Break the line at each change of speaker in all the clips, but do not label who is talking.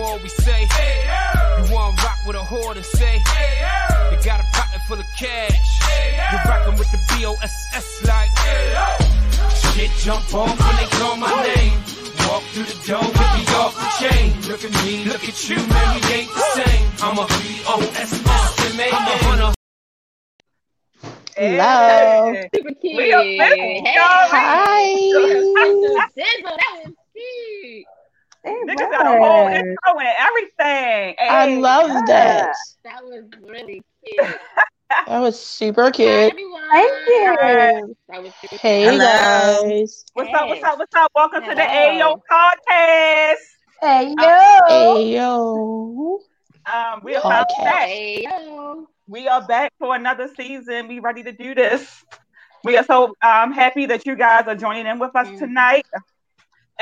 always say, hey, You wanna rock with a whore and say, hey, You got a pocket full of cash. You're rocking with the B-O-S-S like, Shit jump on when they call my name. Walk through the door with me off the chain. Look at me, look at you, man, we ain't the same. I'm a B-O-S-S man. I'm a hunter.
Hello.
Super cute.
We are back,
hey,
y'all.
hi. Sizzle, that was cute.
Niggas got a whole intro and everything.
I
Hey,
love
yeah.
that.
That was really cute.
That was super
Hi,
cute.
everyone.
Thank you.
That was super
Hey
Hello.
guys.
What's up? What's up? What's up? Welcome to the
Hello.
AO podcast.
Hey, yo.
Hey yo.
Um, we are about
Podcast.
back.
Hey, yo.
We are back for another season. We ready to do this. We are so um, happy that you guys are joining in with us
Mhm.
tonight.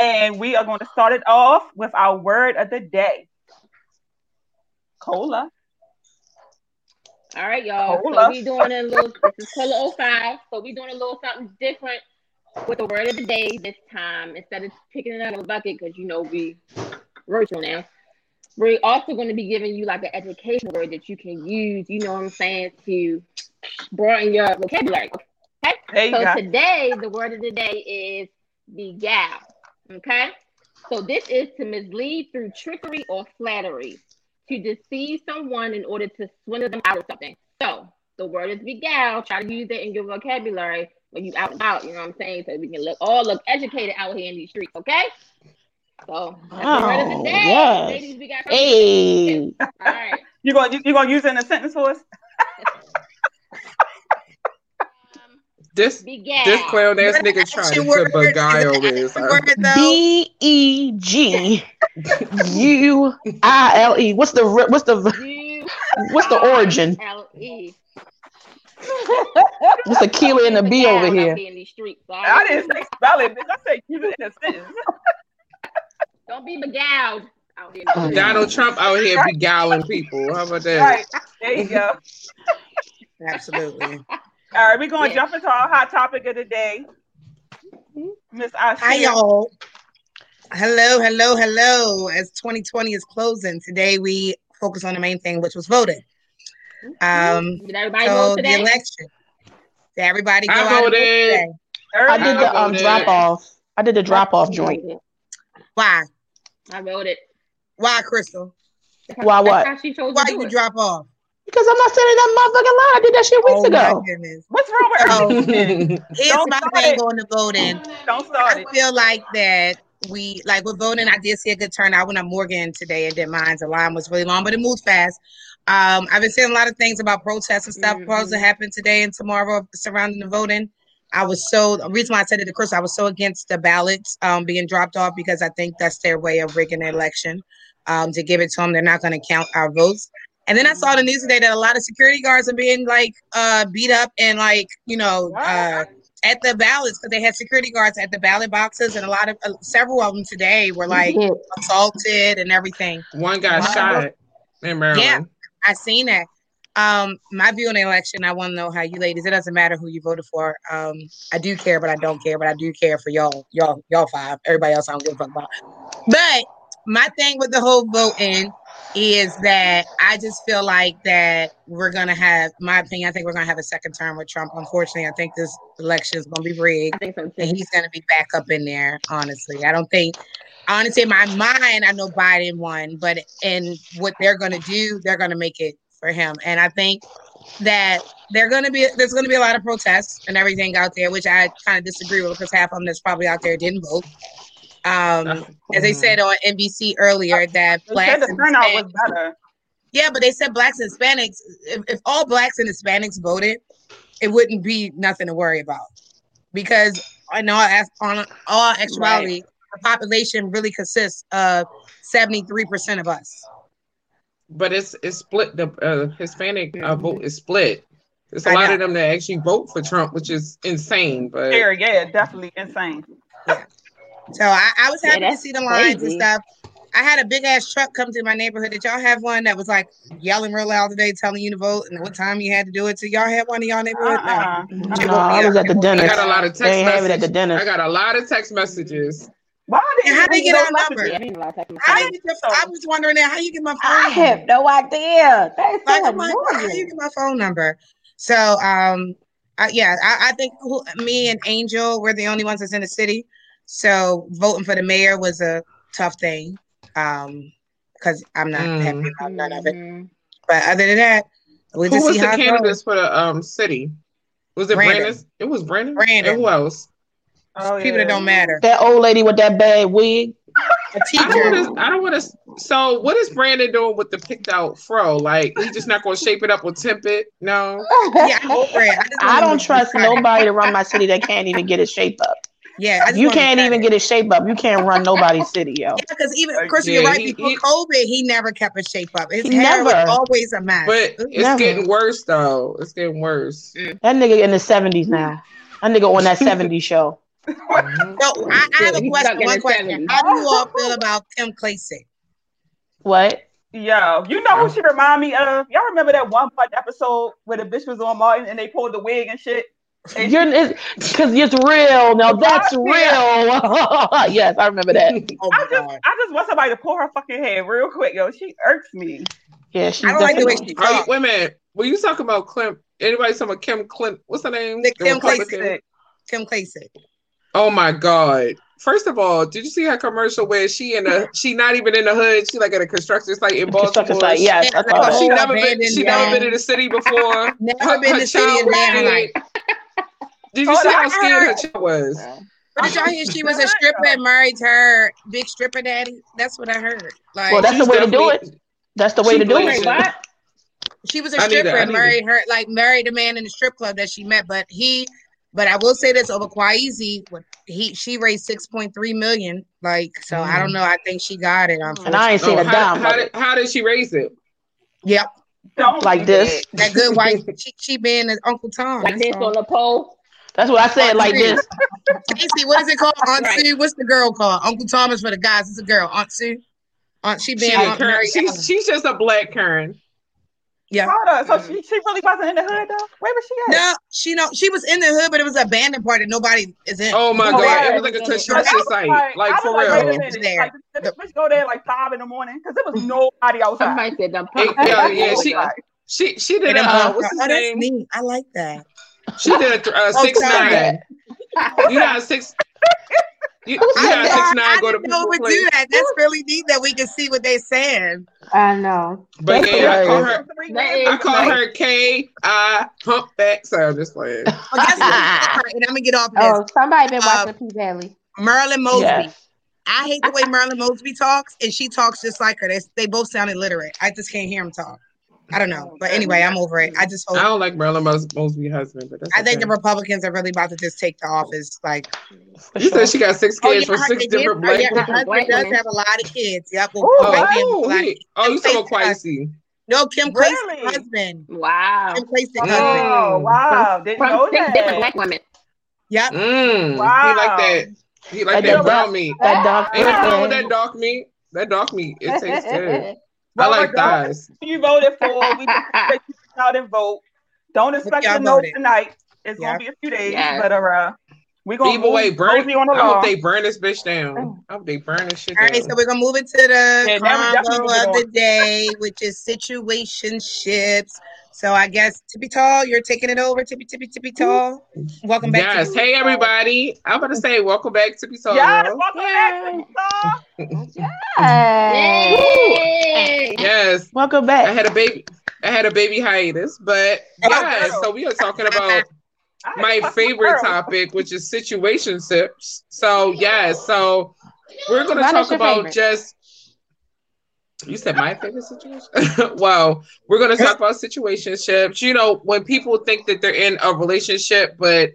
And we are going to start it off with our word of the day. Cola.
All right, y'all.
Cola.
So we doing a little. This is Cola 05. So we doing a little something different with the word of the day this time. Instead of picking it out of a bucket, because you know we virtual now. We're also going to be giving you like an educational word that you can use. You know what I'm saying to broaden your vocabulary.
There you
So
go.
today, the word of the day is beguile. Okay. So this is to mislead through trickery or flattery, to deceive someone in order to swindle them out of something. So the word is beguile. Try to use it in your vocabulary when you out and about. You know what I'm saying? So we can look all look educated out here in these streets. Okay. So that's the word of
Oh,
the day,
yes.
ladies. We got
Hey.
all right.
You going you, you gonna use it in a sentence for us?
Um,
This
beguile.
this clown ass nigga trying
Action word.
to beguile this.
Action word, though.
B E G U I L E. What's the re- what's the
U
what's the origin?
L E.
What's the killer and the B
Beguile
over
out
here?
in these streets, all
I
right?
didn't say spell it, bitch. I said use it in a sentence.
Don't be beguiled out here.
Oh, yeah.
Donald Trump out here beguiling people. How about that?
Right. There you go.
Absolutely.
All right, we're going to
Yeah.
jump into our hot topic of the day. Miss
Hi,
Ashley.
y'all. Hello, hello, hello. As 2020 is closing, today we focus on the main thing, which was voting. Um,
Did everybody
so
vote
the
today?
election. Did everybody go
I
out and vote
voted.
today?
I did the um,
Yeah.
drop off. I did the drop off joint.
Why?
I wrote it.
Why, Crystal?
Why
That's
what?
how she chose
Why
to do
you
it.
drop off?
Because I'm not saying that motherfucking lie. I did that shit weeks
oh
ago.
my goodness.
What's wrong with her?
So here's
Don't
my
start
thing
it.
on the voting.
Don't start
I
it.
feel like that we like with voting. I did see a good turnout when I'm Morgan today, and then mine's the line was really long, but it moved fast. Um, I've been seeing a lot of things about protests and stuff.
Mhm.
Protests that happen today and tomorrow surrounding the voting. I was so the reason why I said it to Chris, I was so against the ballots um, being dropped off because I think that's their way of rigging the election um, to give it to them. They're not going to count our votes. And then I saw the news today that a lot of security guards are being like uh, beat up and like you know uh, at the ballots because they had security guards at the ballot boxes and a lot of uh, several of them today were like
Yeah.
assaulted and everything.
One guy
Wow.
shot in Maryland.
Yeah. I seen that. Um, my view on the election, I want to know how you ladies. It doesn't matter who you voted for. Um, I do care, but I don't care. But I do care for y'all, y'all, y'all five. Everybody else, I don't give a fuck about. But my thing with the whole voting is that I just feel like that we're gonna have, my opinion. I think we're gonna have a second term with Trump. Unfortunately, I think this election is gonna be rigged
I think so
and
too.
he's going to be back up in there. Honestly, I don't think. Honestly, in my mind, I know Biden won, but and what they're going to do, they're going to make it for him. And I think that they're going to be there's going to be a lot of protests and everything out there, which I kind of disagree with because half of them that's probably out there didn't vote. Um, as they said on NBC earlier, that
You said
blacks
the
and
turnout
Hispanics-
was better.
yeah, but they said blacks and Hispanics. If, if all blacks and Hispanics voted, it wouldn't be nothing to worry about because in all as- on all actuality, the population really consists of seventy three percent of us.
But it's it's split. The uh, Hispanic uh,
Mhm.
vote is split. There's a
I
lot
know.
of them that actually vote for Trump, which is insane. But
Sure, yeah, definitely insane.
So I, I was
Yeah,
happy to
that's
see the lines
crazy.
and stuff. I had a big ass truck come through my neighborhood. Did y'all have one that was like yelling real loud today, telling you to vote and what time you had to do it? So y'all had one in y'all neighborhood? No.
Uh-uh.
No, I was at the
I
dentist.
got a lot of
They
text
ain't have it at the
messages. I
dentist.
got a lot of text messages.
Why did
And how they get our number?
Yeah, I didn't allow text
I,
messages.
didn't get your, I was wondering that. How you get my phone?
I
number?
have no idea. That is so
like, I'm like, how you
annoying.
get my phone number? So, um, I, yeah, I, I think who, me and Angel were the only ones that's in the city. So voting for the mayor was a tough thing, um, because I'm not
Mm.
happy about none of it.
Mhm.
But other than that, we
Who
just
was
see
the
how it goes.
candidates for the um city? Was it
Brandon.
Brandon? It was Brandon.
Brandon.
And who else?
Oh,
people that don't matter.
That old lady with that bad wig.
A
I
teacher.
don't want to. I don't want to. So, what is Brandon doing with the picked out fro? Like, he's just not going to shape it up or temp it. No.
Yeah, I'm over it. I, just want
I
them
don't
to
trust
be crowded.
nobody to run my city that can't even get its shape up.
Yeah, I just
You
want them
can't
crowded.
even get its shape up. You can't run nobody's city, yo.
Yeah, because even of course you're
Yeah,
right.
he-
Before
he-
COVID, he never kept his shape up. His
He
hair was
never.
always a mess.
But it's
Never.
getting worse, though. It's getting worse.
That nigga in the seventies now. That nigga on that 70s show.
Mhm.
So I, I have a
He's
question.
stuck in
One
the
question.
70s.
How do you all feel about Kim Clayson?
What?
Yo, you know who she remind me of? Y'all remember that one part episode where the bitch was on Martin and they pulled the wig and shit? And
You're because it's real. Now that's real. yes, I remember that.
Oh
I
my
just,
god.
I just want somebody to pull her fucking hair real quick, yo. She irks me.
Yeah, she's
I don't like the way
definitely-
she
Are you,
talks.
wait a minute. Were you talking about Clint? Anybody talking about Kim Clint? What's her name?
The Kim
Republican?
Clayson. Kim Clayson.
Oh my God. First of all, did you see her commercial where she in a she not even in the hood, she like at a construction site in Baltimore.
Construction site. Yes, I saw
Yeah.
that.
She
Oh,
never been
abandoned
she never
town.
been in the city before.
Never
Her-
been
her
to city
child
in man
was
life.
Did you
Hold
see
on,
how
I
scared her
heard.
child was?
But did y'all hear she was a stripper and married to her big stripper daddy? That's what I heard. Like
Well, that's the
She's
way to do
definitely-
it. That's the way
She
to do
believes
it.
it.
Wait, what?
she was a
I need
stripper
that. I
and
need
married her, like married a man in the strip club that she met. But he, but I will say this over Kwaizi, when he she raised six point three million. Like so, I
Mm.
don't know. I think she got it.
And I
Unfortunately,
ain't seen
Oh,
a
how,
dime.
how,
of
did,
it.
how did she raise it?
yep,
Don't
Like
do
this.
that.
that good wife. she, she being an Uncle Tom.
Like this
that's all.
on the pole.
That's what I said. Like
Agreed.
this.
Stacey, what is it called? Aunt
Right.
Sue. What's the girl called? Uncle Tom is for the guys. It's a girl. Aunt Sue. Aunt she
She
being
a
Aunt
Karen.
Mary.
She's, she's just a black Karen.
Hold on. So she, she really wasn't in the hood though? Where was she at?
no, she know she was in the hood, but it was an abandoned part that nobody is in.
Oh my
Oh,
god,
yeah.
it was like a
Like, I
construction
was
site.
like-
Like,
I was
for
like,
real.
Wait a minute.
There.
Like, did this bitch go there like five in the morning? Because there was nobody outside.
Somebody said them
Hey, Mm-hmm. yeah, yeah, she- She she did
And
a
I'm
uh,
like,
what's
oh,
his
that's
name?
neat. I like that.
She did a uh, six
sorry.
nine. You know how six. You, you
I,
know how
didn't-
six
I
nine go to
didn't know
people
it would
place.
do that. That's really neat that we can see what they're saying.
I know.
But
That's
yeah, I call
hilarious.
her. I call her K I humpback. So I'm just playing.
Well, guess what? And I'm gonna get off this.
Oh, somebody been
Uh,
watching P Valley.
Merlin Mosby.
Yes.
I hate the way Merlin Mosby talks, and she talks just like her. They, they both sound illiterate. I just can't hear him talk. I don't know, but anyway, I'm over it. I just hope.
I don't like Marilyn Mos- Mosby's husband, but that's
I think the
Oh, okay.
Republicans are really about to just take the office. Like,
for
you
sure.
said she got six
oh,
kids
yeah,
from
her,
six
they did-
different
oh,
black.
yeah, her
people.
husband
Black
does
women.
have a lot of kids. Yep. well,
Ooh,
white man,
Oh,
black-
he- oh, you talking about Quincy?
No, Kim Clay's
Really?
husband.
Wow.
Kim Clay's
Mm.
husband.
Oh wow! Didn't know
From six different
that.
black women.
Yep.
Mm,
Wow.
He like that. He like
Like
that
that
brown
black-
meat.
That dark.
Ain't nothing wrong with
skin.
that dark meat. That dark meat, it tastes good. I
Well,
like
regardless
thighs.
who You voted for. We just expect you to come out and vote. Don't expect
Y'all
to know
voted.
tonight. It's
Yeah.
gonna be a few days,
Yeah.
but uh, we gonna
Either way,
move
burn.
Rosie on the
I hope
lawn. Oh.
they burn this bitch down. I hope they burn this shit
All
down.
right, so we're gonna move into the
Yeah, now we definitely
combo
moving
of the
on.
day, which is situationships. So I guess Tippy Tall, you're taking it over. Tippy Tippy Tippy Tall. Welcome back.
yes.
Tippy
Hey
Tall.
everybody. I'm gonna say welcome back to Pizza.
Yes,
Girl.
welcome back. Tiffany Saw.
Yay.
Yes.
Welcome
I
back.
had a baby. I had a baby hiatus, but yes.
girl.
So we are talking about
I
my
fuck
favorite
girl.
topic, which is situationships. So yes. So we're gonna
Mine is
talk
your
about
favorite.
just. You said my favorite situation. well, we're gonna talk about situationships. You know, when people think that they're in a relationship, but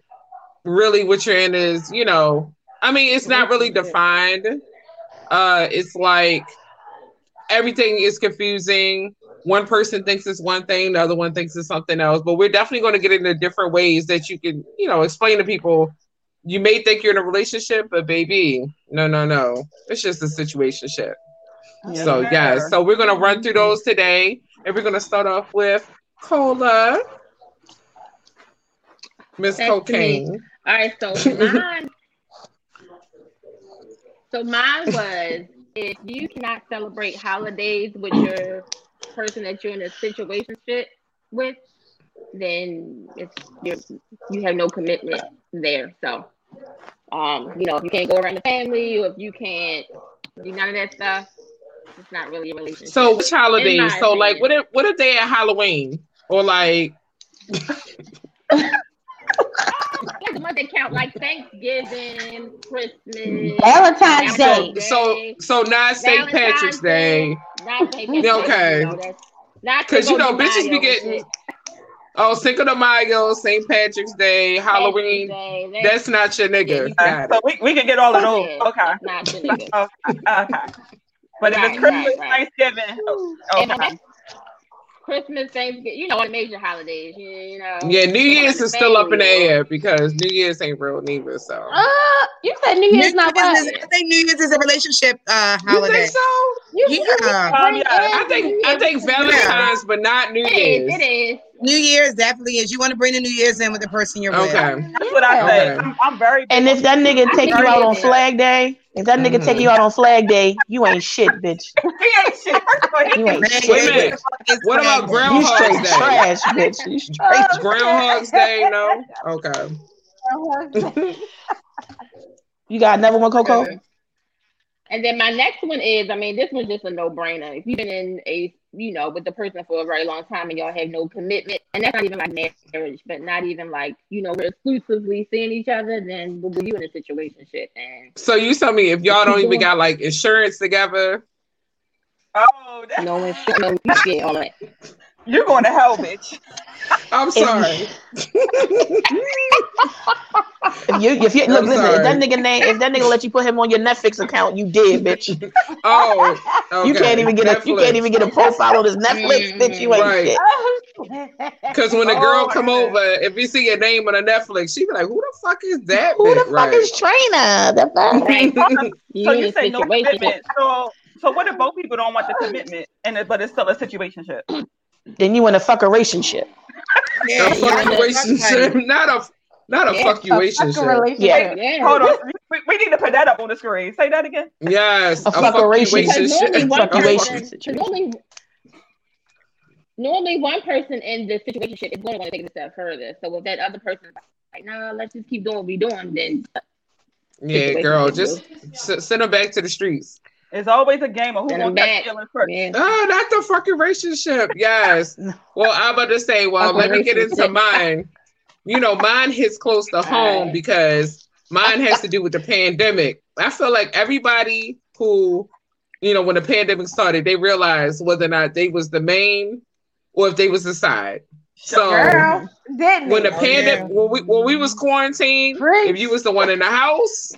really what you're in is, you know, I mean, it's not really defined. Uh, it's like everything is confusing. One person thinks it's one thing, the other one thinks it's something else. But we're definitely going to get into different ways that you can, you know, explain to people. You may think you're in a relationship, but baby, no, no, no, it's just a situationship.
Yeah.
So
Sure.
yeah, so we're gonna run through those
Mm-hmm.
today, and we're gonna start off with Cola, Miss
That's me.
Cocaine.
All right, so mine So mine was if you cannot celebrate holidays with your person that you're in a situation with, then it's you're, you have no commitment there. So, um, you know, if you can't go around the family or if you can't do none of that stuff, it's not really a relationship.
So which
In my
holidays? So
opinion.
like what if what if they at Halloween or like
That's the ones that count like Thanksgiving, Christmas,
Valentine's Day.
so so not St.
Valentine's
Patrick's Day.
Not St. Patrick's Day,
Okay.
you know, that's- not
Cause you
Cinco
know
de
bitches be
Mayo,
getting
shit.
oh Cinco de Mayo, St. Patrick's Day, Halloween.
Patrick's Day,
That's not your
Yeah,
nigga.
you-
Got
So
it.
we, we can get all of those.
Yeah,
Okay.
that's Not the nigga.
Okay. okay. But if it's
Right, right,
Christmas,
right.
Thanksgiving, oh,
Oh,
And
okay.
that's Christmas, Thanksgiving, you know, the major holidays, you, you know.
Yeah, New Year's is still up in the air because New Year's ain't real neither. So
Uh,
Oh,
you said New
New
Year's
Year's
not what?
is, I think New Year's is a relationship uh,
you think
holiday.
so?
You,
Yeah.
Um,
bring
yeah.
in
Uh, I
New
think I
Year's
think
because-
Valentine's, but not New
It is,
Year's.
it is.
New Year's definitely is. You want to bring the New Year's in with the person you're with.
Okay.
That's what I
Yeah.
said.
Okay.
I'm, I'm very big
And if
on-
that nigga
I
take
think
you out
it
on
is.
Flag Day, if that nigga take you out on Flag Day, you ain't shit, bitch.
he ain't shit. First of all, he
You
can
ain't
Flag
shit.
Day.
Wait a minute.
It's
What about
Flag Day.
Groundhog
You straight
Day?
trash, bitch. You straight.
Groundhog's Day, no. Oh, Okay.
You got another one, Coco?
And then my next one is, I mean, this one's just a no-brainer. If you've been in a, you know, with the person for a very long time and y'all have no commitment, and that's not even like marriage, but not even like, you know, we're exclusively seeing each other, then we'll be you in a situation shit. And
So you tell me if y'all don't even got like insurance together.
Oh, that,
no one's no, you get all of that.
you're going to hell, bitch.
I'm sorry.
If you, if you
I'm
look, listen. If that
sorry.
nigga name, if that nigga let you put him on your Netflix account, you did, bitch.
oh,
You can't even get a, you can't even get a profile on his Netflix, bitch. You ain't
Mm, Right.
shit.
Because when a
Oh,
girl
my
come
goodness.
over, if you see your name on a Netflix, she be like, "Who the fuck is that?"
Who the
bitch?"
fuck
right.
is Trina? The
So
fuck?
You in
you
a
say no
situation.
commitment. So, so what if both people don't want the commitment, and it, but it's still a situationship?
Then you in a fuck relationship.
Yeah,
a
y'all
fuck
know
relationship,
somebody.
not a not a fuck relationship.
Yeah.
Yeah.
Hold on, we, we, we need to put that up on the screen. Say that again.
Yes,
A fuck relationship.
Because normally one
Fuck relationship
person,
situation.
normally, normally one person in the situation is going to want to take it a step further. So if that other person is like, nah, let's just keep doing what we're doing, then
Yeah, girl, just s- send her back to the streets.
It's always a game of who
Send
wants
them
that
back.
feeling first.
yeah.
Oh, not the fucking relationship. Yes. Well, I'm about to say, well,
Fuck
let me get into
relationship.
mine. You know, mine hits close to home
Alright.
because mine has to do with the pandemic. I feel like everybody who, you know, when the pandemic started, they realized whether or not they was the main or if they was the side. So
Girl, didn't
when the
Oh,
pandemic
yeah.
when we when we was quarantined,
Preach.
if you was the one in the house,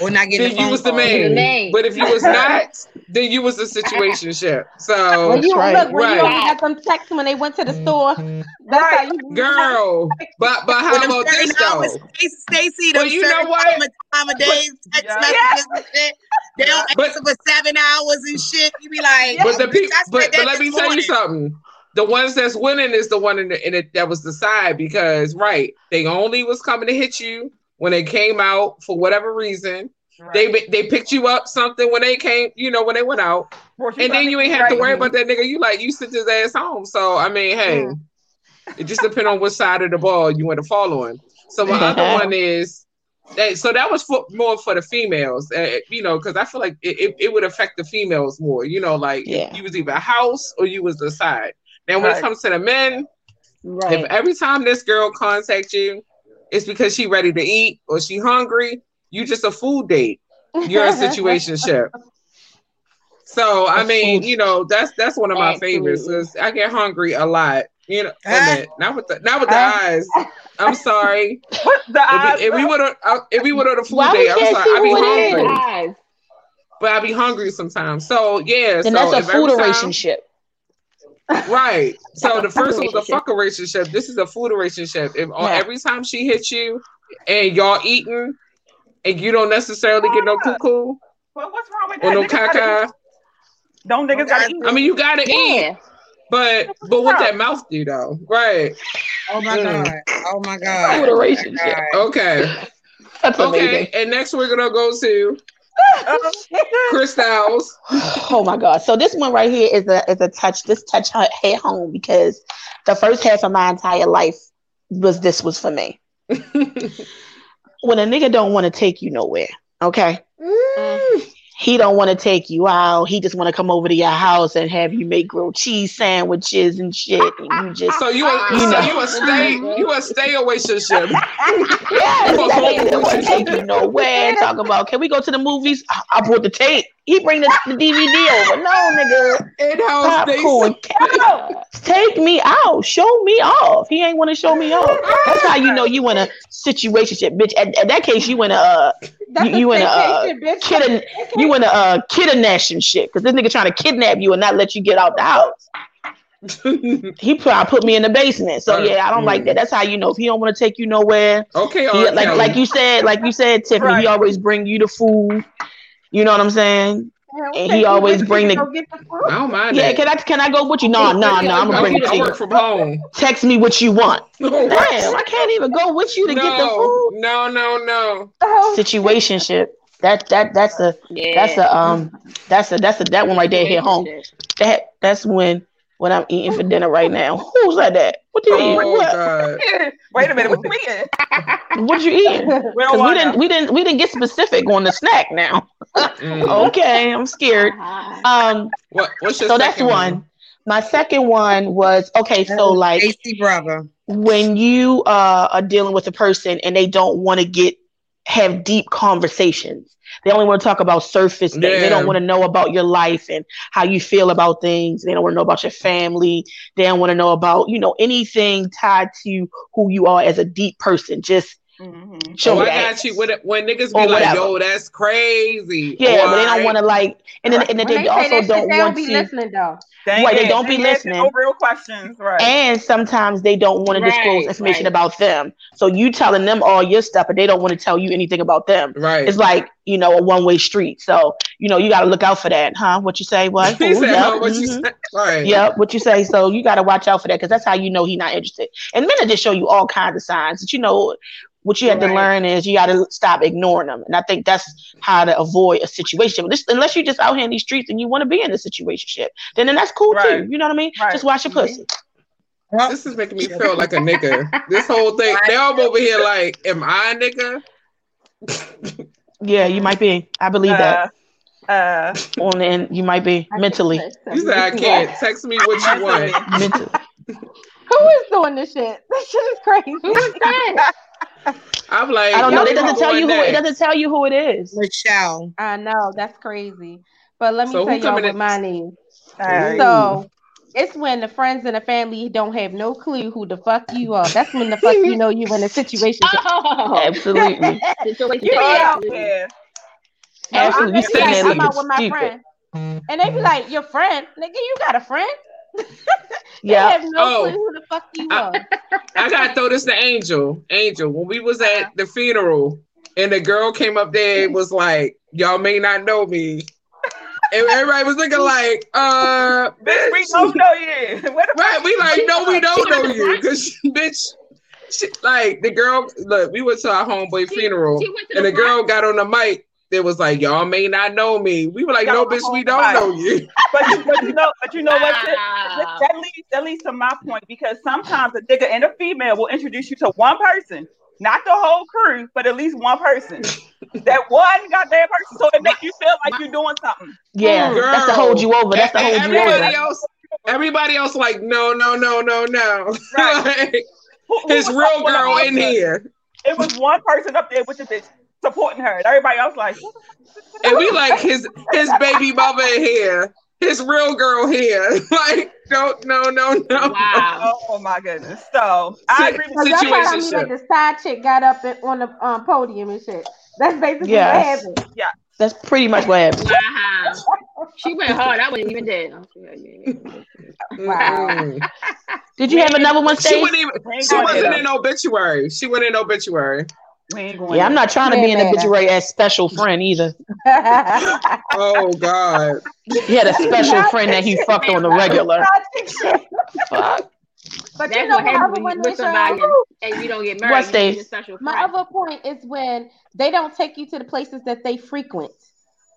Or not getting
then
a
you
phone
was the
call.
You the
main.
main.
But if you was not, then you was the situationship. So
When you
That's right.
look, when you
Right.
only got them texts when they went to the store,
Mm-hmm.
that's how you
Girl, but but how
With them
about this
certain hours,
though?
Stacy,
Well,
them
you know
certain
what?
time of, time of days, text
Yeah.
messages and shit. They don't
But-
answer for seven hours and shit. You be like,
But the
"Bitch,
people,
I said
but,
that
but let me
this
tell you
morning."
something. The ones that's winning is the one in, the, in it that was the side because right, they only was coming to hit you when they came out for whatever reason. They bi- they picked you up something when they came, you know, when they went out, and then you ain't have to worry about that nigga. You like you sent his ass home. So I mean, hey, it just depends on which side of the ball you want to fall on. So my other one is that. So that was for, more for the females, uh, you know, because I feel like it, it, it would affect the females more. You know, like
Yeah.
you was either house or you was the side. Now when
Right.
it comes to the men,
Right.
if every time this girl contacts you, it's because she ready to eat or she hungry, you just a food date you're a situationship. So I mean, you know, that's that's one of my favorites.
Absolutely.
'cause I get hungry a lot. You know, wait a
Ah.
Huh?
minute, not with the not with the
Huh?
eyes. I'm sorry.
the eyes.
If we would have if we would have the food
Why we
day, I'm
can't
sorry.
see
I be
who it is?
hungry,
Eyes.
but I be hungry sometimes. So yeah,
Then
so
that's a
if every
food
time-
relationship.
Right. So
a
the
fuck
first one was a
relationship.
fuck relationship. This is a food relationship. If on
Yeah.
every time she hits you and y'all eating and you don't necessarily get
Ah.
no cuckoo
well, what's wrong with that?
or Oh, no
Niggas gotta
caca.
eat. Don't niggas gotta eat.
I mean, you gotta eat.
Yeah.
But but what that mouth do though? Right.
Oh my
Mm.
god! Oh my
Food
god!
relationship.
God.
Okay.
That's
Okay,
amazing.
and next we're gonna go to Christelle's.
Oh my god! So this one right here is a is a touch. This touch hu- hit home because the first half of my entire life was this was for me. when a nigga don't want to take you nowhere, okay? He don't want to take you out. He just want to come over to your house and have you make grilled cheese sandwiches and shit. And you just
So you a
You
so
know.
you a stay you a stay away ship.
Yes,
Fuck
that
all
nigga didn't
the
want to
bitches.
take you nowhere. Talk about, can we go to the movies? I, I brought the tape. He bring the, the DVD over. No, nigga.
In house
Popcorn. take me out. Show me off. He ain't want to show me off. That's how you know you in a situationship, bitch. At, at that case, you in a uh,
That's
You- you
a
in a, uh,
staycation, bitch.
kid you in a uh, kidnashing shit because this nigga trying to kidnap you and not let you get out the house. He probably put me in the basement. So yeah, I don't like that. That's how you know if he don't want to take you nowhere.
Okay,
He-
all right.
like like you said, like you said, Tiffany,
Right.
he always bring you the food. You know what I'm saying?
Hell,
he
take you
always
with you
bring
to
the-
go get the
I
food.
don't mind
Yeah,
that.
can I can I go with you? No, no, no. I'm
I
gonna bring
work,
it to
I
you.
work from home.
Text me what you want. Damn,
What?
I can't even go with you to get the
No,
food.
no, no, no.
Hell,
Situationship. That that that's a
Yeah.
that's a um that's a that's a that one right there hit home. That that's when when I'm eating for dinner right now. Who's like that? What you eating?
Oh
What,
god.
Wait a minute, what we in?
what you
We
eating?
don't
'Cause we
want
didn't
to.
we didn't we didn't get specific on the snack now.
Mm.
Okay, I'm scared.
Uh-huh.
Um
What? What's your
Oh. so that's
second
one. My second one was okay. So like
Casey Brother.
when you uh, are dealing with a person and they don't want to get have deep conversations, they only want to talk about surface things. They
Yeah.
don't want to know about your life and how you feel about things. They don't want to know about your family. They don't want to know about you know anything tied to who you are as a deep person. Just
Mhm.
show
oh,
me
I
that.
got you. When, when niggas
Or
be like,
whatever.
"Yo, that's crazy."
Yeah,
Or,
but they don't want to like, and then, and then
when
they,
they say
also
that shit,
don't
they
want
be
to.
listening though.
Right, they
it.
don't be
They answer
listening.
No real questions, right?
and sometimes they don't want to disclose
Right,
information
right.
about them. So you telling them all your stuff, but they don't want to tell you anything about them.
Right.
It's like you know a one way street. So you know you got to look out for that, huh? What you say? What?
he
Ooh,
said,
yep,
"Huh, what you
mhm.
said?" Right.
Yep, what you say. So you got to watch out for that because that's how you know he's not interested. And men will just show you all kinds of signs that you know. What you have to
Right.
learn is you got to stop ignoring them, and I think that's how to avoid a situation. This, unless you're just out here in these streets and you want to be in a situationship, then then that's cool
Right.
too. You know what I mean?
Right.
Just watch your pussy.
Well,
This is making me feel like a nigga. This whole thing. They all over here like, "Am I a nigga?" Mm-hmm.
Yeah, you might be. I believe that.
Uh, uh,
Uh-huh.
On the end, you might be mentally.
You said, "I can't." Text me what you want.
Mentally.
Who is doing this shit? This shit is crazy.
Who is that?
I'm like,
I don't know.
"Yo,
It doesn't tell you who. It doesn't tell you who it is.
Michelle.
I know that's crazy, but let me
So who
tell y'all
coming
what
in-
mine is.
Alright.
So it's when the friends and the family don't have no clue who the fuck you are. That's when the fuck you know you in a situation.
Oh,
Absolutely.
situation.
You know,
absolutely.
yeah.
Oh,
Absolutely.
I'm,
You sitting there
like, I'm
looking
out with my
stupid.
friend, and they be like, "Your friend, nigga, you got a friend? They
Yeah.
have no
Oh.
clue who the fuck you
I-
are."
I gotta throw this to Angel. Angel, when we was at the funeral and the girl came up there and was like, Y'all may not know me. And everybody was looking like, uh
Bitch, we don't know you. What the
right, we like, no, we don't know you. Cause she- bitch, she, like the girl, look, we went to our homeboy
She-
funeral
she went to
and the
front.
girl got on the mic that was like, Y'all may not know me. We were like,
Y'all
No, bitch, we
on the
don't know you.
but, you- but you know, but you know what? That,
Wow.
that leads that leads to my point because sometimes a nigga and a female will introduce you to one person, not the whole crew, but at least one person. that one goddamn person, so it makes you feel like you're doing something.
Yeah.
Girl.
That's to hold you over. That's to
And-
hold
and
you
everybody
over.
else, everybody else like, no, no, no, no, no.
Right.
Like,
Who- who
his
was
real
up on the
girl in
altar?
here.
It was one person up there with the bitch supporting her, and everybody else like,
and we like his his baby mama in here, his real girl here. Like, no, no, no, no.
Wow.
oh my goodness. So I agree with
Cause
you.
that's how I mean,
Situationship.
like the side chick got up and, on the um, podium and shit. That's basically what
Yes.
happened.
That's pretty much what happened.
Wow. Uh-huh. She went hard. I wasn't even there. Oh, yeah, yeah, yeah.
Mm-mm.
Did you have another one,
Mm. She
Stacey?
wouldn't even.
We ain't
She
going
wasn't
there.
in obituary. She went in obituary.
We ain't going
Yeah, I'm
there.
not trying to be an
Yeah.
obituary as special friend either.
Side
Oh God.
He had a special friend that he fucked on the regular.
chick shit.
Fuck.
But
That's
you know
what
what
happens
happened
when you
when
with
they
somebody
try-
and you don't
What
get married. You
stays?
need a special
My
friend.
other point is when they don't take you to the places that they frequent.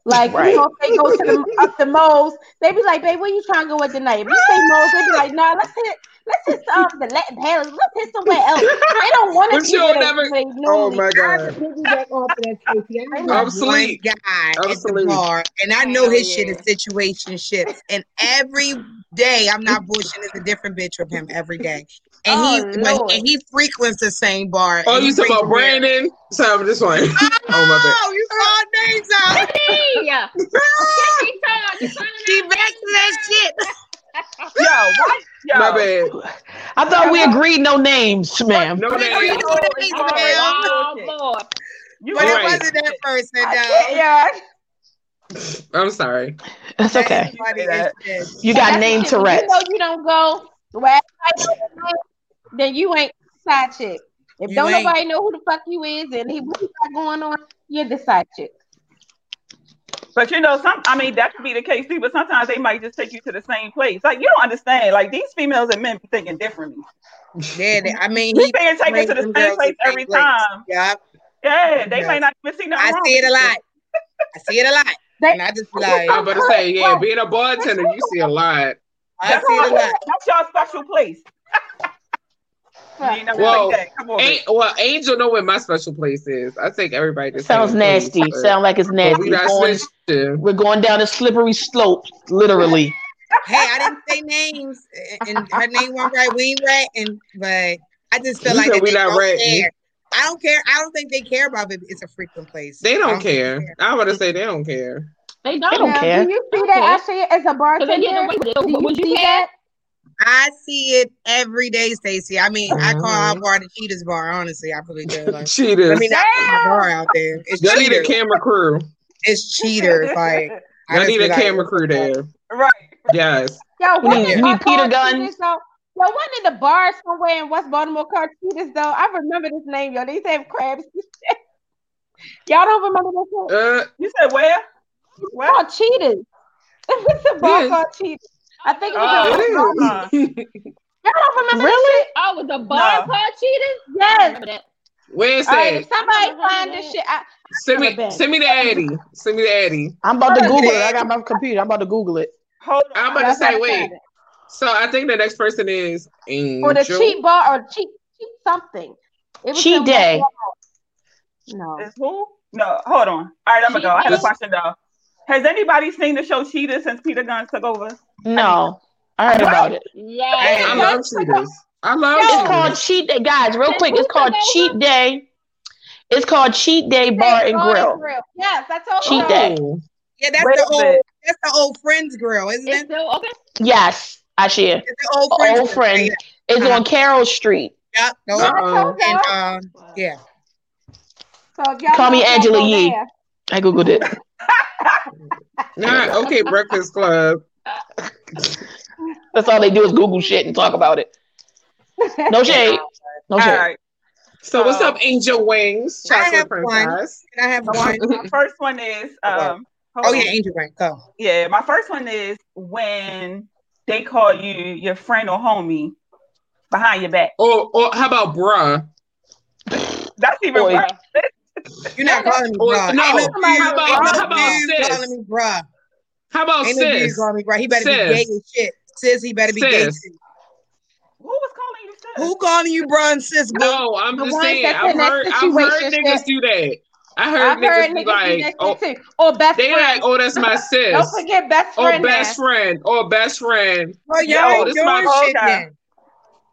Like
Right.
you know, if they go to the up the moles, they be like, "Babe, where you trying to go at the night?" If you say moles, they be like, "No, nah, let's hit, let's hit some the Latin Palace, let's hit somewhere else." They don't want
But
to be
you'll
with a-
never-
with a
Oh
newly-
my
I
god.
have to piggyback off of that, Stacey. I
I'm
know one
asleep.
guy
I'm
at the
asleep.
bar, and I know
Hell
his shit
yeah.
is situation ships. And every day, I'm not bushing, is a different bitch from him every day. And
Oh,
he when,
Lord.
and he frequents the same bar.
Oh,
and
you
he
talking about
brings beer.
Brandon? Sorry, I'm just playing. Oh my bad.
Oh, you saw names out.
Hey, yeah. She told you, calling
She
out
back to that
names,
shit.
Yo, why? Yo,
My bad.
I thought we agreed no names, ma'am.
No
We
name.
agreed on
It's
names,
already
ma'am.
girl.
bullshit.
Oh, Lord.
You
But it
Right.
wasn't that person,
I
though.
can't, yeah.
I'm sorry.
That's
That is
okay.
funny
You say
as
that.
shit.
You
That's
got
the
name
shit. When
Tourette's.
You know you don't go where everybody know your name, then you ain't the side chick. If
You
don't
ain't.
nobody know who the fuck you is and he, what you got going on, you're the side chick.
But you know, some I mean that could be the case too, but sometimes they might just take you to the same place. Like you don't understand. Like these females and men be thinking differently.
Yeah, they- I mean,
These
he
men take it
brings
to the
them
same
girls
place
the same
every
place.
time.
Yeah,
Yeah, they
Yes.
might not even see nothing
I
wrong
see it
with
a lot. I see it a lot.
They-
and I just be like,
I'm about to say, yeah, being a bartender, you see a lot.
I
That's,
see it a lot.
that's your special place. You ain't nothing
Whoa.
like that. Come on.
Ain't,
bitch.
well, Angel know where my special place is. I take everybody to the same
Sounds
place,
nasty.
but-
Sound like it's
but we
nasty.
not
Going-
snitching.
we're going down a slippery slope, literally.
Hey, I didn't say names, and her name wasn't right. We ain't ratting, but I just feel
You
like
said
that
we
they
not
don't
ratting.
care. I don't care. I don't think they care about it. It's a frequent place.
They
I
don't care. I'm about to say they don't care.
They don't.
They don't
Now,
care.
Do you see
Don't
that Ashley as a
Because they getting
bartender?
away with it.
Do you
Would you
see
care?
that?
I see it every day, Stacey. I mean, I call our
Mhm.
bar the Cheetah's Bar. Honestly, I really do. Like, I
Cheaters.
mean, that's the bar out there. It's
Y'all need a
cheaters.
camera crew.
It's cheaters. Like, I
Y'all
just
need
be
a
like,
camera crew there.
right.
Yes.
Yo,
We
need-
wasn't
we
a
need
bar
Peter Gunn.
cheaters, though? Yo, wasn't in the bar somewhere in West Baltimore called Cheetahs though? I remember this name, yo. They used to have crabs. and shit. Y'all don't remember this one?
Uh,
You said where? Where?
called Cheetahs. It was a bar
Yes.
called Cheetahs. I think it was.
Oh,
in West
it
Baltimore.
uh,
Y'all don't remember
Really?
Oh, with the bar
No.
called cheaters?
this? Yes.
Remember that.
where is
All right,
that?
if somebody
Remember
find
that.
this shit, I,
Send
Never
me,
been.
send me the Addy. Send me the Addy.
I'm about to
Hold on,
Google it.
Dad.
I got my computer. I'm about to Google it.
hold
I'm
on.
about to
y'all
say,
gotta
wait.
find it.
So I think the next person is Angel.
Or the cheat bar or cheat cheat something. It was
Cheat
in West
day.
Baltimore. No.
Is who? No, hold on. All right, I'm gonna go. I have a
Cheetahs.
question though. Has anybody seen the show Cheetah since Peter Guns took over?
No, I heard about it.
Hey,
Yeah.
I love cheaters. I love
Yo,
It's
cheaters.
called Cheat Day, guys. Real
Since
quick,
who
it's called
took over?
Cheat Day. It's called Cheat Day Bar and Grill.
Yes, I told
Cheat
you.
day.
Oh,
yeah, that's
Wait
the
a
old,
minute.
that's the old friends grill, isn't
It's
it?
still open.
Yes, I share.
It's the old friends.
Old
grill.
friend is on Carroll Street.
Yeah, the
Yeah,
old
I
Uh-uh.
told
and
y'all.
um, yeah.
So if y'all
Call me
don't know,
Angela
go
Yee.
there.
I googled it.
Nah, okay, Breakfast Club.
That's all they do is Google shit and talk about it. No shade. No
All
shade.
right.
So what's
Oh.
up, Angel Wings?
I
Chocolate
have one.
Princess.
Can I have one?
My first one is um. hold
Oh
on.
yeah, Angel Rank. Go.
Yeah, my first one is when they call you your friend or homie behind your back.
Or, or how about bruh?
That's even
Boy.
worse.
You're not calling me
Or,
bruh. Ain't
no,
dude-
how about,
ain't
how about
dude calling
sis?
me bruh.
How about
Ain't no dude
sis?
calling me bruh. He better be
Sis.
gay as shit. Sis, he better be gay.
Sis.
too.
Who was calling you sis?
Who calling you bruh and sis? boo?
No, I'm
The
just
ones
saying.
that's
I've
in that
heard, I've heard
situationship.
niggas do that. I heard
I've
niggas
heard
be
niggas
like,
do that shit
oh,
too. Or best
they like,
friend.
oh, that's my
Don't
sis.
forget best
Or
friend. now.
best friend. Or best friend.
Well, y'all
Yo,
ain't
this my
doing
whole
shit
guy.
then.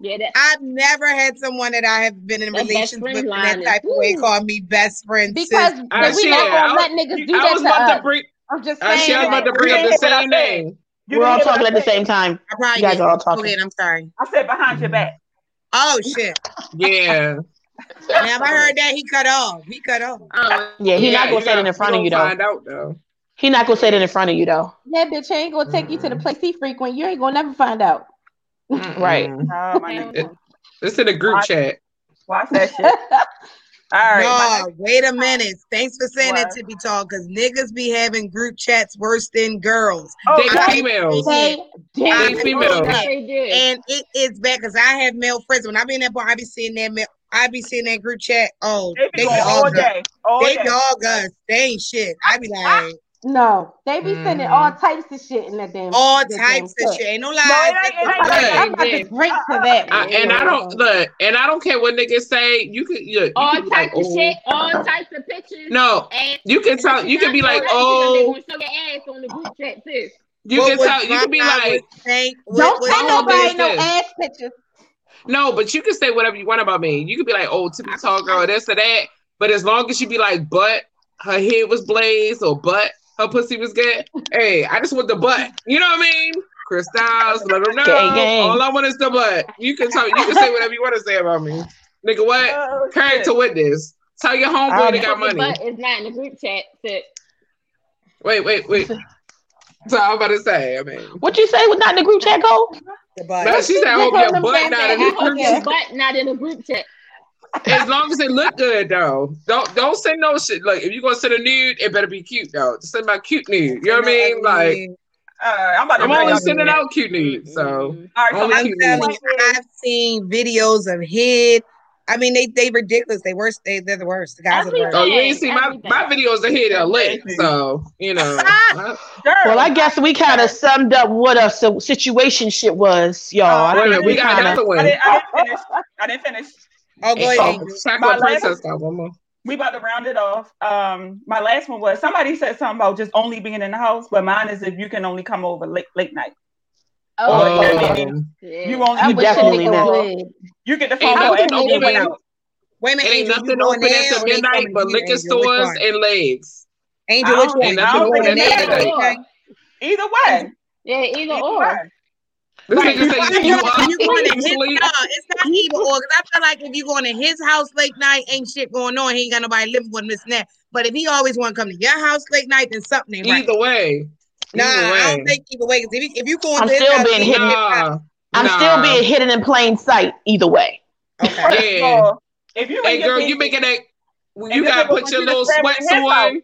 Yeah, that.
I've never had someone that I have been in
That best
relations
friend
with in that
line is-
type of way
Ooh.
call me best friend.
Because
sis.
I
we
see
not
it.
gonna
I
let niggas do
I
that
was
to
about
us.
to bring.
I'm just
I see. I
uh, saying
was about
that.
to bring up the
That's what I
same
said.
name.
You didn't
We're all
hear what
talking
I
at the
said.
same time.
I
You
probably
guys
did.
are all
Go
talking.
ahead. I'm sorry.
I said behind your back.
Oh shit.
Yeah.
Now if I heard that, he cut off. He cut off.
Oh,
Yeah, he not gonna
you
say that in front of
gonna
you, though.
Find out though.
He not gonna say that in front of you though.
That bitch ain't gonna take you to the place he frequent. You ain't gonna never find out.
Right.
Mm-mm.
Oh my
Hell
nigga.
no.
It's in the group
Why-
chat.
Watch that shit.
That's
All right. my
Nah, wait a minute. Thanks for saying that,
What?
Tippy Tall, because niggas be having group chats worse than girls.
Oh,
they
God.
females.
They
They
did.
females.
Yeah.
They did.
And it is bad because I have male friends. When I be in that bar, I be seeing that male, I be seeing that group chat. Oh,
They
they
be going all
dog us.
day. All
They
day. Ah,
dog us. They ain't shit. I be like
No, they be sending
Mhm.
all types of shit in that
ah.
damn.
all
that damn
types of
cup.
shit. Ain't no
No,
lies.
it ain't,
I'm
it
about,
ain't
to,
Right.
like
I'm about to
Yeah.
drink to that.
I, and I don't look, and I don't care what niggas say. You could, you, you
all
could
types
be like,
of
oh,
shit, all types of pictures.
no,
And
you can tell. You can be like, oh,
They gonna show your ass on the group chat too.
you
What
can
was
tell. You can be
Rob
like,
Howard's thing? What
Don't
was-
send
all day
nobody no
says-
ass pictures.
no, but you can say whatever you want about me. You could be like, oh, tippy tall girl, this or that. But as long as you be like, but her head was blazed or but her pussy was good. Hey, I just want the butt. You know what I mean? Chris Styles, let her know.
Gang, gang.
All I want is the butt. You can tell. You can say whatever you want to say about me, nigga. What?
oh,
Character
shit.
witness. Tell your homeboy
Um,
they got
But
money.
it's not in the group chat. Sis.
Wait, wait, wait. So I'm about to say, I mean,
What you say was not in the group chat go?
the bus?
but Uh, she said, I hope
Look on
your
them
butt
goddamn
not in
I
the
hope
group
your
chat.
butt not in the group chat.
As long as it look good though. Don't don't send no shit. Like if you gonna send a nude, it better be cute though. Just send my cute nude. You know what I mean? Like
All right, I'm about to
I'm
bring y'all
always
to
sending
that.
out cute nudes. So
Mm-hmm.
All right, so
only
let's
I'm
cute
telling
nudes.
you, I've seen videos of head. I mean, they they ridiculous. They worst. They they're the worst. The guys are the worst.
Oh, you ain't see my
Everything.
my videos are here. They're lit. So you know. I-
Girl,
Well, I guess we kind of summed up what a si- situation shit was, y'all.
Oh,
I
Wait a
think
minute, we got
kinda-
another
I
one.
didn't, I didn't finish. I didn't finish.
Oh, go ahead.
Oh,
Angel.
chocolate
My
princess got one more.
We about to round it off. Um, my last one was somebody said something about just only being in the house, but mine is if you can only come over late late night.
Oh,
yeah. You only
I
You
wish a
definitely
nigga
not.
would.
You get the
Ain't
phone call
nothing
after you
open.
went out.
Wait a minute.
It ain't
Angel, you
nothing
going
open
there
after
or they
midnight,
coming
but
here,
liquor
Angel? Which
stores
one?
and legs.
Angel, which
I don't-
one?
Ain't
You
nothing
going
open
there
after
or they
midnight.
coming?
Either way,
Yeah, either
either
or.
way.
This
Right,
nigga
you-
say
Why
you
not?
up,
If you going to
you
his
sleep.
no, it's not either or. Because I feel like if you going to his house late night, ain't shit going on. He ain't got nobody living with him. This and that. But if he always want to come to your house late night, then something ain't right.
Either way.
Nah,
Either
I
way.
don't think either way. Because if you, if you going
I'm
to his
still
house,
being
he
hidden.
ain't
Nah.
I'm
nah.
still being hidden in plain sight either way.
Okay.
First of
Yeah.
all, if you
Hey
and your
girl, you
bitch,
making that you
this
gotta
nigga
put
wants
your
you to
little
stay with
sweats
his house.
on.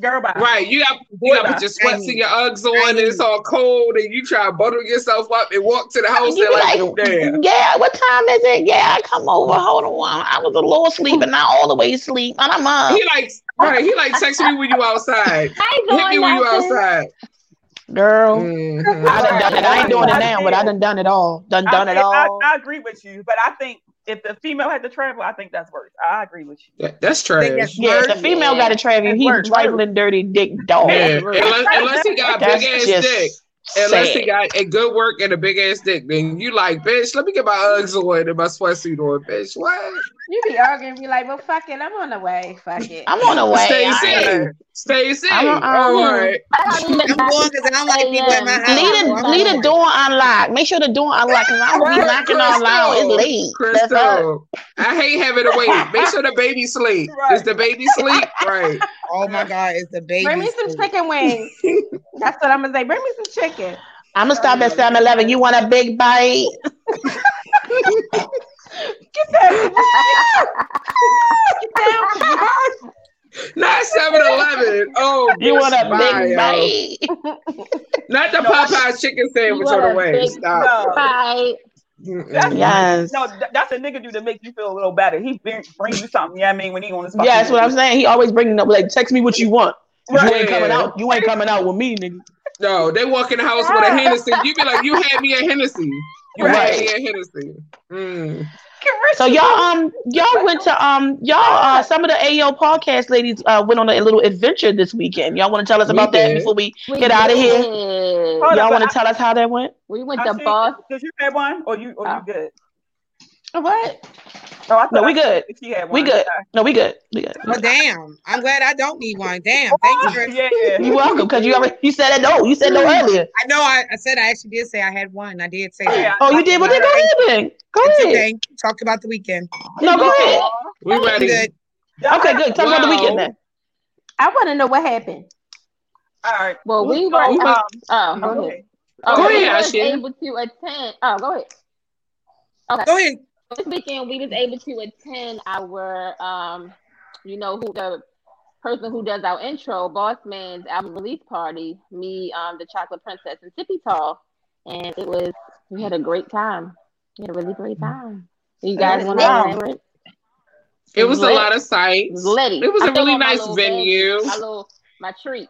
girl, bye.
Right. You got you
Boy,
gotta put
bye.
your sweats
hear
and
you.
your Uggs
I
on and
hear
it's all cold and you try to bundle yourself up and walk to the house
You
and
be
like,
like,
damn.
yeah, what time is it? Yeah, I come over. Hold on. I was a little asleep, but not all the way asleep. And I'm up.
He like right, he like text me when you outside.
I ain't
Hit me
doing
when you
nothing.
outside.
Girl.
Mhm.
Mm. I done done it. I ain't doing it now, but I done done it all. Done
I,
done it
think- I,
all.
I agree with you, but I think if the female had to travel, I think that's worse. I agree with you.
That- that's
think
trash.
that's
Yeah, if the
worse.
female got a travel.
That's
He's
worse.
trifling, dirty dick dog.
Yeah, unless, unless he got a
That's
big ass
just
dick. Unless
sad.
he got a good work and a big ass dick, then you like, bitch, let me get my Uggs on and my sweatsuit on, bitch. What?
You be arguing, be like, well, fuck it, I'm on the way. Fuck it.
I'm on the way.
Stay
I ain't-
safe. Stay safe.
I'm on- I'm
All
on.
right.
I'm going because I don't like people at my house.
Leave
so
the,
I'm
leave the
going.
door unlocked. Make sure the door unlocked. Cause I won't be
Right,
knocking all loud. It's late. That's up.
Crystal, I hate having to wait. Make sure the baby sleep. Is the baby sleep? Right.
Oh my God, it's the baby.
Bring me some chicken wings. That's what I'm gonna say. Bring me some chicken.
I'm gonna stop at 7-Eleven. You want a big bite?
Get that. Get that.
Not 7 Eleven. Oh,
You
bitch,
want a
bye,
big
yo.
bite?
Not the
No, I-
Popeye's chicken sandwich
You
on
want
the
a
way.
big-
Stop.
Bye.
Mm-mm.
Yes.
No, th- that's a nigga do to make you feel a little better. He bring, bring you something. Yeah, I mean when he on his
Yeah, that's what I'm saying. He always bringing up like, text me what you want. You
Right.
ain't coming out. You ain't coming out with me, nigga.
No, they walk in the house with a Hennessy. You be like, you had me at Hennessy. You had
Right.
me at Hennessy. Mm.
So y'all, um, y'all went to um, y'all uh, some of the AO podcast ladies uh went on a little adventure this weekend. Y'all want to tell us
We
about that
did.
before we
We
get out of here?
did.
Hold
Y'all
up,
want to
but
tell us how that went?
We went
I
to
see-
Boston.
Did you have one or you or
Oh.
you good?
What?
No, I thought
No, we
I-
good.
if she had one.
We good. No, we good. We good.
Well, damn. I'm glad I don't need one. Damn. Thank you, Chris.
Yeah, yeah.
You welcome because you already you said it. No, you said no earlier.
I know I, I said I actually did say I had one. I did say
Yeah,
that.
Oh, you did. Well, then go ahead. Then. Go
It's
ahead.
okay. Talked about the weekend.
No, go ahead.
We
I'm
ready.
good.
Y'all-
Okay, good. Talk about the
Wow.
weekend then.
I want to know what happened.
All right.
Well, we
So,
were.
um,
We went-
Oh,
oh,
go
go
ahead.
ahead.
Oh,
Go
we
ahead,
was
Ashley.
able to attend. Oh, go ahead.
Go ahead.
this weekend we was able to attend our um you know who the person who does our intro boss man's album release party me um the chocolate princess and tippy tall and it was we had a great time we had a really great
Mm-hmm.
time you guys want to
Wow.
elaborate
It was a
Lit.
lot of
it
sights.
was litty.
It was
I
a
still
really
want my
nice
little
venue.
veggies, my little my treat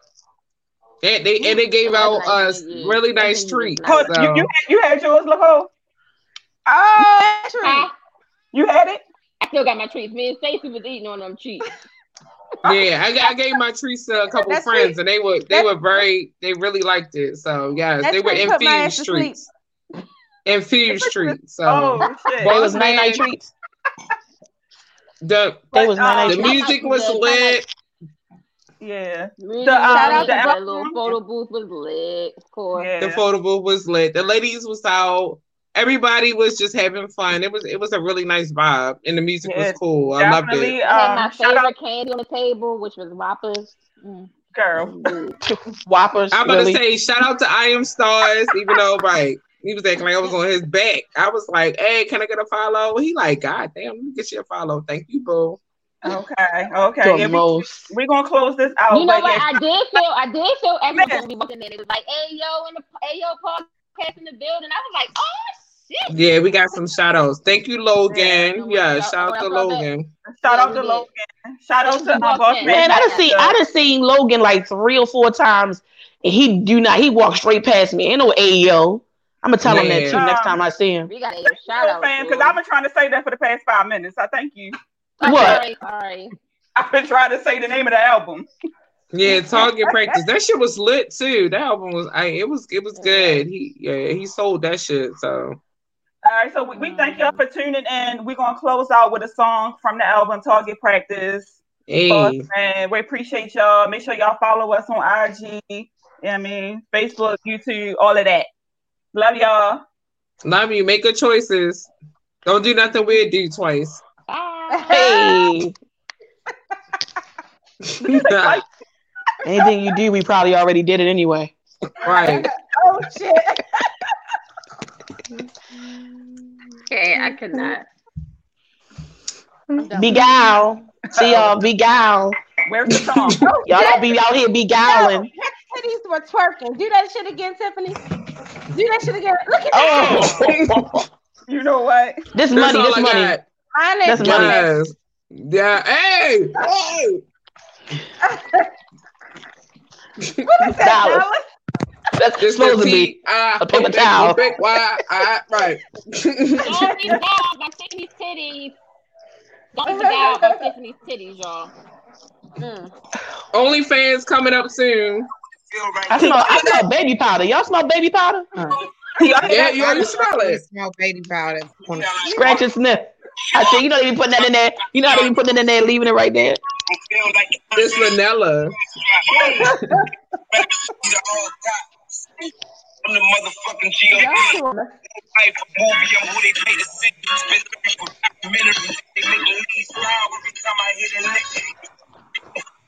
And they and they gave
It was
out
nice
us
venue.
really
That
nice
venue was
treats.
nice.
Hold,
So
you, you, had, you had yours, Nicole? Oh,
I,
you had it?
I still got my treats me and Stacey was eating on them treats
yeah, I, ga- I gave my treats to a couple
That's
friends,
sweet.
and they were they
That's-
were very they really liked it. So yes,
That
they were
treat put my
infused
ass to sleep.
treats, infused treats. So
Oh, shit.
They
Boss
was night night
man,
treats.
the
They was
But,
night
um,
night
the
treats.
music was lit.
yeah.
Really
The, um,
shout out
the
to the
album.
little photo booth was lit, of course.
yeah.
The photo booth was lit. The ladies was out. Everybody was just having fun. It was it was a really nice vibe, and the music
Yeah,
was cool. I loved it.
Definitely.
I had my
Um, shout
favorite
out,
candy on the table, which was Whoppers. Mm,
girl.
indeed.
Whoppers.
I'm
really.
gonna say shout out to I Am Stars, even though like he was acting like I was on his back. I was like, "Hey, can I get a follow?" He like, "God damn, let me get you a follow. Thank you, boo."
Okay. Okay.
the
Yeah, we,
most.
we're going to close this out.
You know
Oh, but
what?
yeah.
I did feel, I did feel everyone
Man.
was walking in. It was like, "Hey yo, in the hey yo, podcast in the building." I was like, "Oh shit!"
Yeah, we got some shout outs. Thank you,
Yeah,
Logan.
no
Yeah,
worries.
shout out to
I'll call back.
Logan.
Shout
Yeah,
out
we
to
did.
Logan. Shout out
Thank
to
you,
um,
boss
Boss
man.
Man.
Man, I done seen I done seen Logan like three or four times, and he do not. He walked straight past me. Ain't no AEO. I'm gonna tell him that too
Man.
next
Um,
time I see him.
We got a shout
Yo,
out.
fam, because
Corey.
I've been trying to say that for the past five minutes. I thank you.
I'm
What?
Sorry, sorry.
I've been trying to say the name of the album.
Yeah, target practice. That shit was lit too. That album was. I it was it was good. He yeah he sold that shit. So
All right, so we, we thank y'all for tuning in. We're gonna close out with a song from the album Target Practice.
hey,
And we appreciate y'all. Make sure y'all follow us on IG. You know what I mean, Facebook, YouTube, all of that. Love y'all.
love you. Make good choices. Don't do nothing weird. Do twice.
Bye.
Hey,
right.
anything you do, we probably already did it anyway.
Oh shit.
Okay, I cannot.
Beguile. See y'all. Beguile.
Where's the song?
Y'all don't be out here
Yo,
beguiling.
his titties were twerking. Do that shit again, Tiffany. Do that shit again. Look at that.
Oh,
you know what?
this
That's
money.
all
This
I
money.
got.
Mine
That's
ain't
money.
doing
Yes. Yeah. Hey. Hey.
it. What is that,
Dollars.
Dallas?
That's
This
supposed to be.
I,
A paper towel.
Big why. I, right.
Don't be down by Tiffany's titties. Don't be down by Tiffany's titties, y'all.
Mm.
OnlyFans coming up soon.
I smell. I smell baby powder. Y'all smell baby powder?
Y'all hear
Yeah,
that?
you already smell it.
Smell baby powder.
Scratch and sniff. I said, you know they be putting that in there. You know how they be putting it in there, and leaving it right there.
This
I'm
vanilla.
the motherfucking G.O.D.
Y'all doing it.
Life movie, I'm who they pay to sit. Spend every documentary. They make me leave smile every time I hit a lick.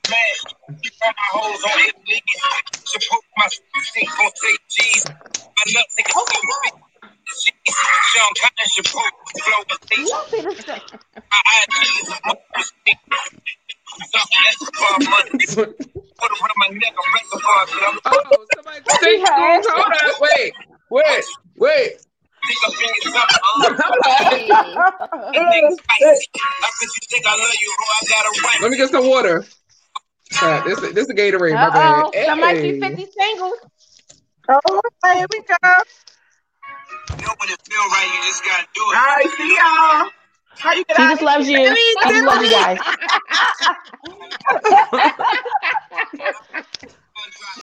Man, you got my hoes on their knees. Support my sink on say cheese. My nuts they can so big. Jeez. Sean Cotton should poke the flow. They
Y'all see this shit?
my IGs and what's Something that's about money. Put around my neck, I'm reservoir, but I'm
Oh, somebody think
Yes.
Hold on. Wait. Wait. Wait.
think I'm being something. uh,
Hey,
Nigga spicy. How could you think I love you, bro? I got a wife.
Let me get some water. Alright, this this is Gatorade. My bad.
Uh-oh. Somebody see
Hey.
50 singles.
Oh, here we go. All
know when it feel right, you just gotta do it.
right, see y'all. How you get
She
out?
just loves you. I just love you guys.